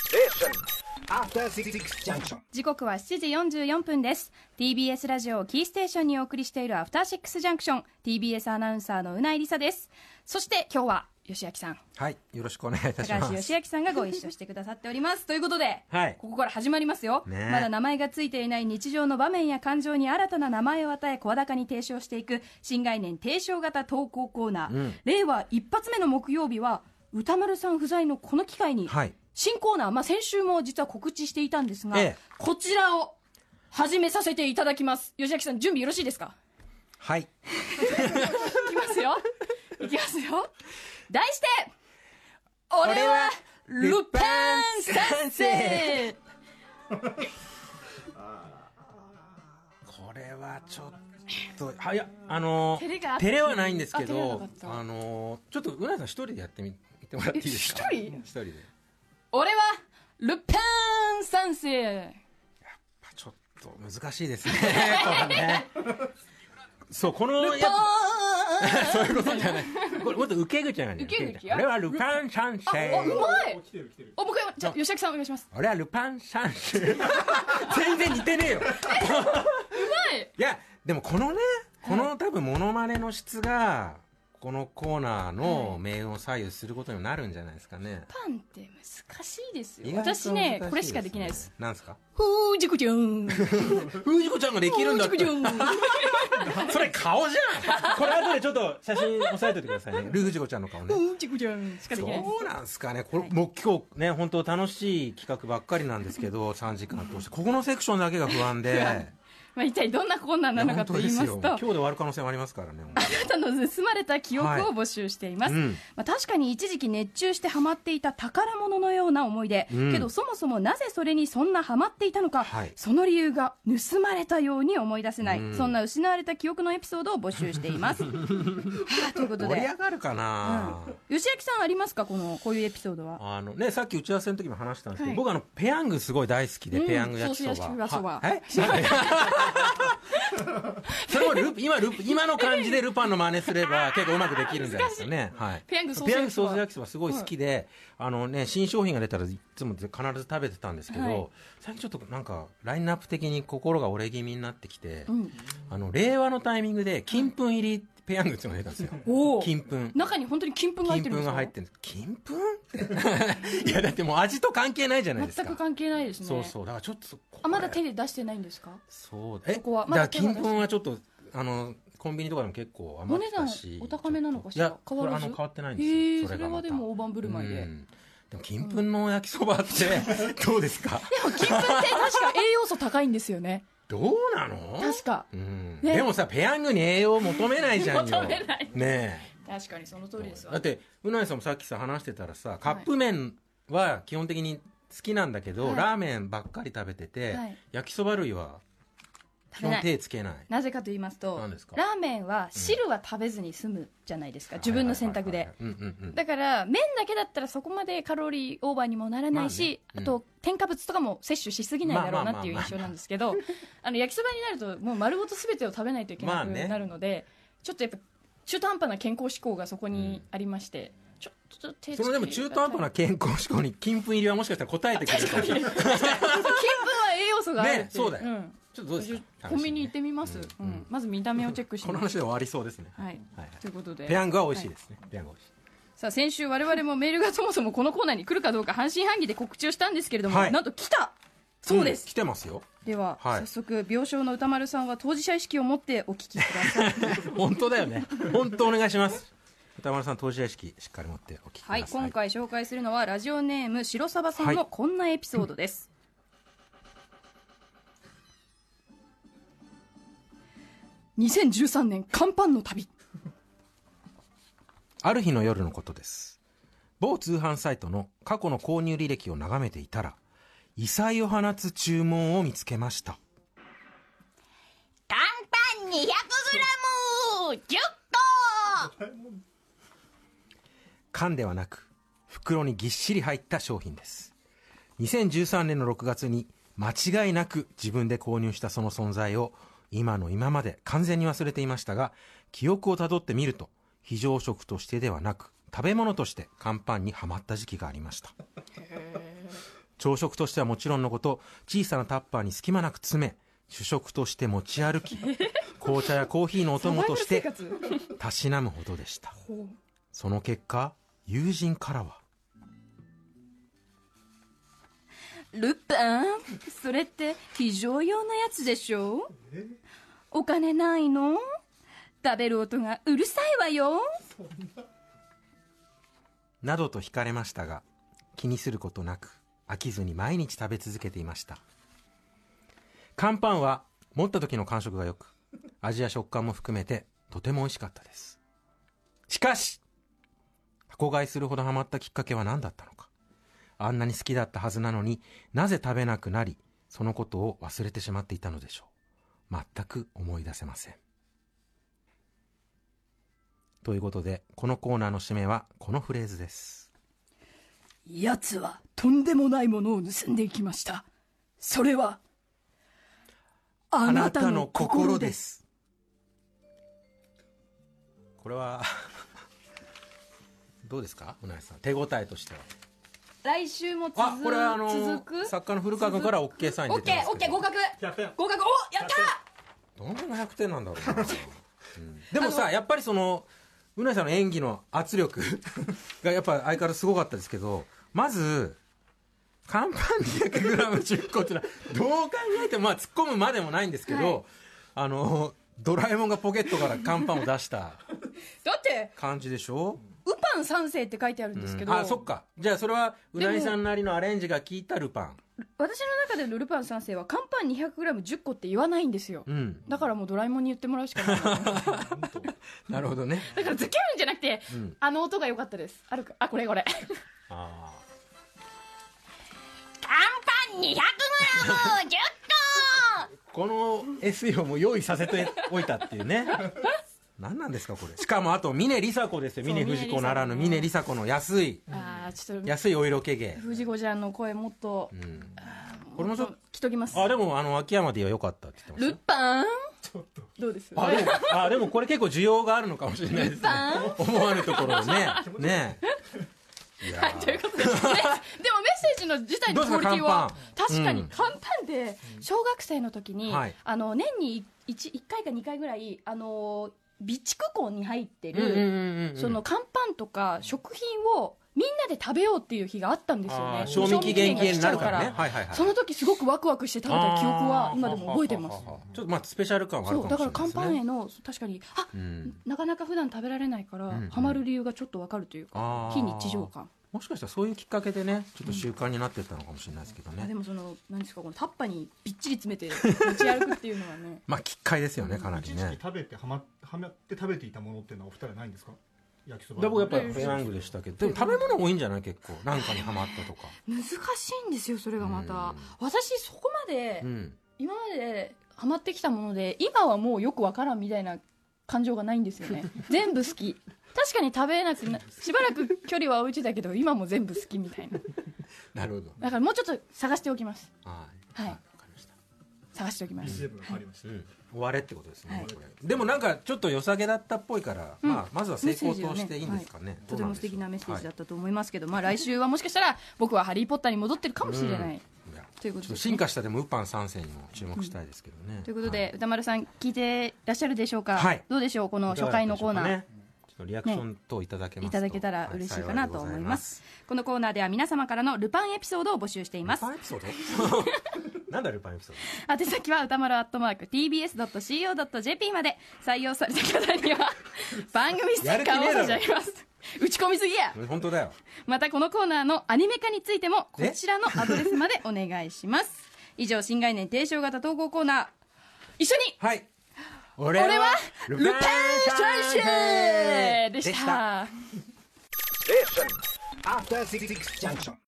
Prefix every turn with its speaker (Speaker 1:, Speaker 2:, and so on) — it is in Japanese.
Speaker 1: Station. After Six Junction.
Speaker 2: 時刻は7時44分です TBS ラジオをキーステーションにお送りしているアフターシックスジャンクション TBS アナウンサーのうないりさですそして今日は吉明さん
Speaker 3: はい、よろしくお願いいたしま
Speaker 2: 高橋
Speaker 3: す。
Speaker 2: 義明さんがご一緒してくださっておりますということで、
Speaker 3: はい
Speaker 2: ここから始まりますよ、
Speaker 3: ね
Speaker 2: まだ名前がついていない日常の場面や感情に新たな名前を与え声高に提唱していく新概念提唱型投稿コーナー、令和一発目の木曜日は歌丸さん不在のこの機会に、
Speaker 3: はい
Speaker 2: 新コーナー、まあ、先週も実は告知していたんですが、
Speaker 3: ええ
Speaker 2: こちらを始めさせていただきます吉明さん準備よろしいですか
Speaker 3: はい。
Speaker 2: いきますよ。いきますよ。題して、俺はルパン三世
Speaker 3: これはちょっと、はや、あのー、
Speaker 2: 照れがあった
Speaker 3: 照れはないんですけ
Speaker 2: あ
Speaker 3: ど、
Speaker 2: 照れはなかった
Speaker 3: あのー、ちょっと、うなさん一人でやってみ、見てもらっていいですか
Speaker 2: え一人
Speaker 3: 一人で。やっ
Speaker 2: 俺はルパン三世
Speaker 3: ぱちょっと難しいですね、 これね。そう、この、
Speaker 2: ルパン
Speaker 3: そういうことじゃない。これもっと受け口なんだよ。
Speaker 2: 受け口
Speaker 3: 俺はルパン
Speaker 2: あ、
Speaker 3: 三
Speaker 2: う
Speaker 3: 世。
Speaker 2: まいお、もう一回、じゃあ、吉明さんお願いします。
Speaker 3: 俺はルパン三 世。全然似てねえよ。
Speaker 2: はい。
Speaker 3: いや、でもこのね、この多分モノマネの質が、このコーナーの命運を左右することになるんじゃないですか
Speaker 2: ル
Speaker 3: ね。
Speaker 2: パンって難しいです
Speaker 3: 意
Speaker 2: よ。
Speaker 3: 外と
Speaker 2: 私ね
Speaker 3: 難、
Speaker 2: これしかできないで
Speaker 3: ね
Speaker 2: す。。
Speaker 3: なんですか
Speaker 2: ふーじくじゅ ん。ふ
Speaker 3: 藤子ちゃんができるんだ
Speaker 2: ー
Speaker 3: っ
Speaker 2: じくじゅ
Speaker 3: て。
Speaker 2: ん。ふ
Speaker 3: それ顔じゃんこれ後でちょっと写真押さえておいてください ね。ルフジコちゃんの顔ね。
Speaker 2: ーじくじゅんしかできないです。
Speaker 3: そうなんすかね。これ、もう今日ね、本当楽しい企画ばっかりなんですけど、3時間通して。ここのセクションだけが不安で。
Speaker 2: まあ、一体どんなコーナー
Speaker 3: い
Speaker 2: な
Speaker 3: や
Speaker 2: のか
Speaker 3: 本
Speaker 2: と
Speaker 3: 当で
Speaker 2: 言い
Speaker 3: す
Speaker 2: ま
Speaker 3: よ。
Speaker 2: す
Speaker 3: 今
Speaker 2: と
Speaker 3: 日、で終わる可能性もありますからね。本当に
Speaker 2: あなたの盗まれた記憶を募集しています、
Speaker 3: はいうん
Speaker 2: まあ、確かに一時期熱中してハマっていた宝物のような思い出、
Speaker 3: うん
Speaker 2: けどそもそもなぜそれにそんなハマっていたのか、
Speaker 3: はい
Speaker 2: その理由が盗まれたように思い出せない、
Speaker 3: うん
Speaker 2: そんな失われた記憶のエピソードを募集しています はあということ
Speaker 3: 盛り
Speaker 2: で
Speaker 3: 上がるかな、
Speaker 2: 吉明さんありますかこのこういうエピソードは
Speaker 3: あのね、さっき打ち合わせの時も話したんですけど、
Speaker 2: はい
Speaker 3: 僕あの、ペヤングすごい大好きで、
Speaker 2: うん
Speaker 3: ペヤング焼きそ
Speaker 2: ソース焼き
Speaker 3: ば。
Speaker 2: そば
Speaker 3: はえ なんでそれもル今ル、今の感じでルパンの真似す れば結構うまくできるんじゃないですかね。はい。
Speaker 2: ペヤングソース焼きそば
Speaker 3: ペヤングソース焼きそばすごい好きで、あのね、新商品が出たらいつも必ず食べてたんですけど、
Speaker 2: はい
Speaker 3: 最近ちょっとなんか、ラインナップ的に心が折れ気味になってきて、
Speaker 2: ん
Speaker 3: あの、令和のタイミングで、金粉入りペヤングっていうのが出たんですよ。
Speaker 2: おお
Speaker 3: 金粉。
Speaker 2: 中に本当に金粉が入って
Speaker 3: 金
Speaker 2: るんで
Speaker 3: 粉
Speaker 2: す
Speaker 3: が
Speaker 2: か
Speaker 3: 入ってる金粉っ ていやだってもう味と関係ないじゃないですか
Speaker 2: 全く関係ないですね
Speaker 3: そうそうだからちょっとそこ
Speaker 2: あまだ手で出してないんですか
Speaker 3: そうえ
Speaker 2: そこは
Speaker 3: だ
Speaker 2: まだ
Speaker 3: から
Speaker 2: 手が
Speaker 3: 金粉はちょっとあのコンビニとかでも結構余ってたし
Speaker 2: お値段お高めなのかし
Speaker 3: い
Speaker 2: ら
Speaker 3: や
Speaker 2: 変わらず
Speaker 3: これあの変わってないんですよ
Speaker 2: へえ
Speaker 3: そ
Speaker 2: そ
Speaker 3: れ
Speaker 2: れ
Speaker 3: がま
Speaker 2: は
Speaker 3: た
Speaker 2: でも大盤振る
Speaker 3: う
Speaker 2: 舞いで、
Speaker 3: んでも金粉の焼きそばってどうです か
Speaker 2: 金粉って確か栄養素高いんですよね
Speaker 3: どうなの
Speaker 2: 確か
Speaker 3: うん
Speaker 2: ね
Speaker 3: でもさペヤングに栄養求めないじゃんよ
Speaker 2: 求めない
Speaker 3: ねえ
Speaker 2: 確かにその通りですわ
Speaker 3: だってうなえさんもさっきさ話してたらさカップ麺は基本的に好きなんだけど、
Speaker 2: はい
Speaker 3: ラーメンばっかり食べてて、
Speaker 2: はい
Speaker 3: 焼きそば類は基
Speaker 2: 食べな
Speaker 3: 本
Speaker 2: い
Speaker 3: 手つけない
Speaker 2: なぜかと言いますと
Speaker 3: 何ですか
Speaker 2: ラーメンは汁は食べずに済むじゃないですか、自分の選択で、
Speaker 3: はいはいはいはいうんうんうん
Speaker 2: だから麺だけだったらそこまでカロリーオーバーにもならないし、あ
Speaker 3: まあねうん
Speaker 2: と添加物とかも摂取しすぎないだろう
Speaker 3: まあま
Speaker 2: な
Speaker 3: あまあまあ
Speaker 2: っていう印象なんですけどあの焼きそばになるともう丸ごと全てを食べないといけなく
Speaker 3: まあね
Speaker 2: なるので、ちょっとやっぱ中途半端な健康志向がそこにありまして、ちょっと手つけ
Speaker 3: そのでも中途半端な健康志向に金粉入りはもしかしたら答えてくれるか もしれない
Speaker 2: 金粉は栄養素があるってい
Speaker 3: ねそうだよ
Speaker 2: ん
Speaker 3: ちょっとどうですか
Speaker 2: コンビニ行っ
Speaker 3: 楽
Speaker 2: てみます、
Speaker 3: う
Speaker 2: うんんまず見た目をチェックし
Speaker 3: しいねこの
Speaker 2: ます
Speaker 3: 話で終わりそうですね、
Speaker 2: はい、
Speaker 3: はい
Speaker 2: ということで
Speaker 3: ペヤングは美味しいですね、ペヤングは美味しい
Speaker 2: さあ先週我々もメールがそもそもこのコーナーに来るかどうか半信半疑で告知をしたんですけれども、
Speaker 3: はい
Speaker 2: なんと来たそうで
Speaker 3: ん
Speaker 2: す、
Speaker 3: 来てますよ
Speaker 2: では、
Speaker 3: は
Speaker 2: 早
Speaker 3: い
Speaker 2: 速病床の歌丸さんは当事者意識を持ってお聞きくだ さい
Speaker 3: 本当だよね本当お願いします歌丸さん当事者意識しっかり持ってお聞きくださ、
Speaker 2: はいい今回紹介するのはラジオネーム白サバさん
Speaker 3: は
Speaker 2: の
Speaker 3: い
Speaker 2: こんなエピソードです、2013年乾パンの旅
Speaker 3: ある日の夜のことです。某通販サイトの過去の購入履歴を眺めていたら、異彩を放つ注文を見つけました。
Speaker 4: 簡単 200g10 個
Speaker 3: 缶ではなく、袋にぎっしり入った商品です。2013年の6月に間違いなく自分で購入したその存在を今の今まで完全に忘れていましたが、記憶をたどってみると、非常食としてではなく、食べ物として乾パンにはまった時期がありました。ち朝食としてはもちろんのこと小さなタッパーに隙間なく詰め主食として持ち歩き紅茶やコーヒーのお供 として
Speaker 2: サバイバル生活
Speaker 3: たしなむほどでした
Speaker 2: ほ
Speaker 3: その結果友人からは
Speaker 2: うルパンそれって非常用なやつでしょお金ないの食べる音がうるさいわよ
Speaker 3: などと惹かれましたが気にすることなく飽きずに毎日食べ続けていました乾パンは持った時の感触が良く味や食感も含めてとても美味しかったですしかし箱買いするほどハマったきっかけは何だったのかあんなに好きだったはずなのになぜ食べなくなりそのことを忘れてしまっていたのでしょう全く思い出せませんということでこのコーナーの締めはこのフレーズです
Speaker 2: やつはとんでもないものを盗んでいきましたそれはあ
Speaker 3: すこれは どうですかうなえさん手応えとしては
Speaker 2: 来週も続
Speaker 3: あこれはあの
Speaker 2: 続く
Speaker 3: 作家の古川君からオッケーサイン
Speaker 2: オッ
Speaker 3: 出
Speaker 2: ケ
Speaker 3: てま
Speaker 2: ー
Speaker 3: す
Speaker 2: オッケー
Speaker 3: けど
Speaker 2: 合格
Speaker 5: 100点
Speaker 2: 合格おやった
Speaker 3: どんな100点なんだろう な、うんでもさやっぱりそのうなえさんの演技の圧力がやっぱ相変わらずすごかったですけどまず乾パン 200g10 個ってのはどう考えてもまあ突っ込むまでもないんですけど、
Speaker 2: はい
Speaker 3: あのドラえもんがポケットから乾パンを出した
Speaker 2: だって
Speaker 3: 感じでしょ、
Speaker 2: ウパン三世って書いてあるんですけど、
Speaker 3: あそっかじゃあそれはうなぎさんなりのアレンジが効いたルパン
Speaker 2: 私の中でのルパン三世は乾パン 200g10 個って言わないんですよ、
Speaker 3: うん
Speaker 2: だからもうドラえもんに言ってもらうしかないだか
Speaker 3: なる ほどね
Speaker 2: らズキュンじゃなくて、
Speaker 3: うん
Speaker 2: あの音が良かったですあるかあこれこれ
Speaker 3: ああ
Speaker 4: 乾パン200グラム10
Speaker 3: この SE をもう用意させておいたってい うね何なんですかこれしかもあと峰梨紗子ですよ
Speaker 2: そう
Speaker 3: 峰不二子ならぬ峰梨紗子の安い
Speaker 2: ああちょっと
Speaker 3: 安いお色気芸、
Speaker 2: 藤子ちゃんの声もっと、
Speaker 3: うん、これもちょっ
Speaker 2: 着ときます
Speaker 3: とあでもあの秋山では良かったって言ってまし
Speaker 2: ル
Speaker 3: た
Speaker 2: パンどうです
Speaker 3: あでもあでもこれ結構需要があるのかもしれな いですね思わぬところをねねいやー
Speaker 2: ということで、ね、でもメッセージの自体のクオリティは
Speaker 3: どうです
Speaker 2: 確か
Speaker 3: か乾パン
Speaker 2: に簡単で小学生の時に、
Speaker 3: はい
Speaker 2: あの年に 1, 回か2回ぐらいあの備蓄庫に入ってる、
Speaker 3: うんうんうんうん
Speaker 2: その乾パンとか食品をみんなで食べようっていう日があったんですよ
Speaker 3: あ
Speaker 2: ね
Speaker 3: ー賞味期限切れになるからね
Speaker 2: 賞味期限が来ちゃうか
Speaker 3: はいはいはい
Speaker 2: らその時すごくワクワクして食べた記憶は今でも覚えてます
Speaker 3: あーちょっとまあスペシャル感はある
Speaker 2: そ
Speaker 3: か
Speaker 2: う
Speaker 3: も
Speaker 2: だ
Speaker 3: しれ
Speaker 2: か
Speaker 3: な
Speaker 2: ら乾
Speaker 3: いですね
Speaker 2: パンへの確かにあ
Speaker 3: うん
Speaker 2: なかなか普段食べられないから、
Speaker 3: うんうん
Speaker 2: ハマる理由がちょっとわかるというか
Speaker 3: あー
Speaker 2: 非日常感
Speaker 3: もしかしたらそういうきっかけでねちょっと習慣になってったのかもしれないですけどね、
Speaker 2: あでもその何ですかこのタッパにびっちり詰め て持ち歩くっていうのはね
Speaker 3: まあきっかけですよねかなり
Speaker 5: 一時
Speaker 3: ね
Speaker 5: 期食べてはまはまって食べていたものっていうのはお二人はないんですか焼きそば
Speaker 3: で僕やっぱりペヤングでしたけどでも食べ物多いんじゃない結構なんかにハマったとか
Speaker 2: 難しいんですよそれがまた私そこまで
Speaker 3: うん
Speaker 2: 今までハマってきたもので今はもうよくわからんみたいな感情がないんですよね 全部好き確かに食べなくなしばらく距離は置いてたけど今も全部好きみたいな
Speaker 3: なるほど
Speaker 2: だからもうちょっと探しておきます
Speaker 3: はい
Speaker 2: はい
Speaker 3: わかりました
Speaker 2: 探しておきま
Speaker 5: 一
Speaker 2: す
Speaker 5: 時分ありました
Speaker 3: うん終われってことですね、
Speaker 2: はい
Speaker 3: これでもなんかちょっと良さげだったっぽいから、
Speaker 2: うん
Speaker 3: まあ、まずは成功
Speaker 2: メッセージを
Speaker 3: と
Speaker 2: ね
Speaker 3: していいんですかね
Speaker 2: とても素敵なメッセージだ
Speaker 3: っ
Speaker 2: ったと思いますけど、まあ来週はもしかしたら僕は「ハリー・ポッター」に戻ってるかもしれない、
Speaker 3: たいや
Speaker 2: ということで
Speaker 3: ちょっ
Speaker 2: すね
Speaker 3: と進化したでもウッパン3世にも注目したいですけどね、
Speaker 2: ということで、歌丸さん聞いてらっしゃるでしょうか、
Speaker 3: はい
Speaker 2: どうでしょうこ
Speaker 3: は
Speaker 2: の
Speaker 3: い
Speaker 2: 初回のコーナー、
Speaker 3: いかがだったでしょうかねちょっとリアクション等いただけます
Speaker 2: い
Speaker 3: と、
Speaker 2: ただけたら嬉しいかなと思います,、このコーナーでは皆様からのルパンエピソードを募集してい
Speaker 3: は
Speaker 2: ま
Speaker 3: い
Speaker 2: す
Speaker 3: 幸いでございますルパンエピソード なんだルパンエピソード
Speaker 2: 宛先は歌丸アットマーク TBS.CO.JP まで採用された方に は番組ステッカーを差し上げます打ち込みすぎや
Speaker 3: 本当だよ
Speaker 2: またこのコーナーのアニメ化についてもこちらのアドレスまでお願いします以上新概念提唱型投稿コーナー一緒に
Speaker 3: はい俺
Speaker 2: これはルパン三世でした
Speaker 1: After Six Junction.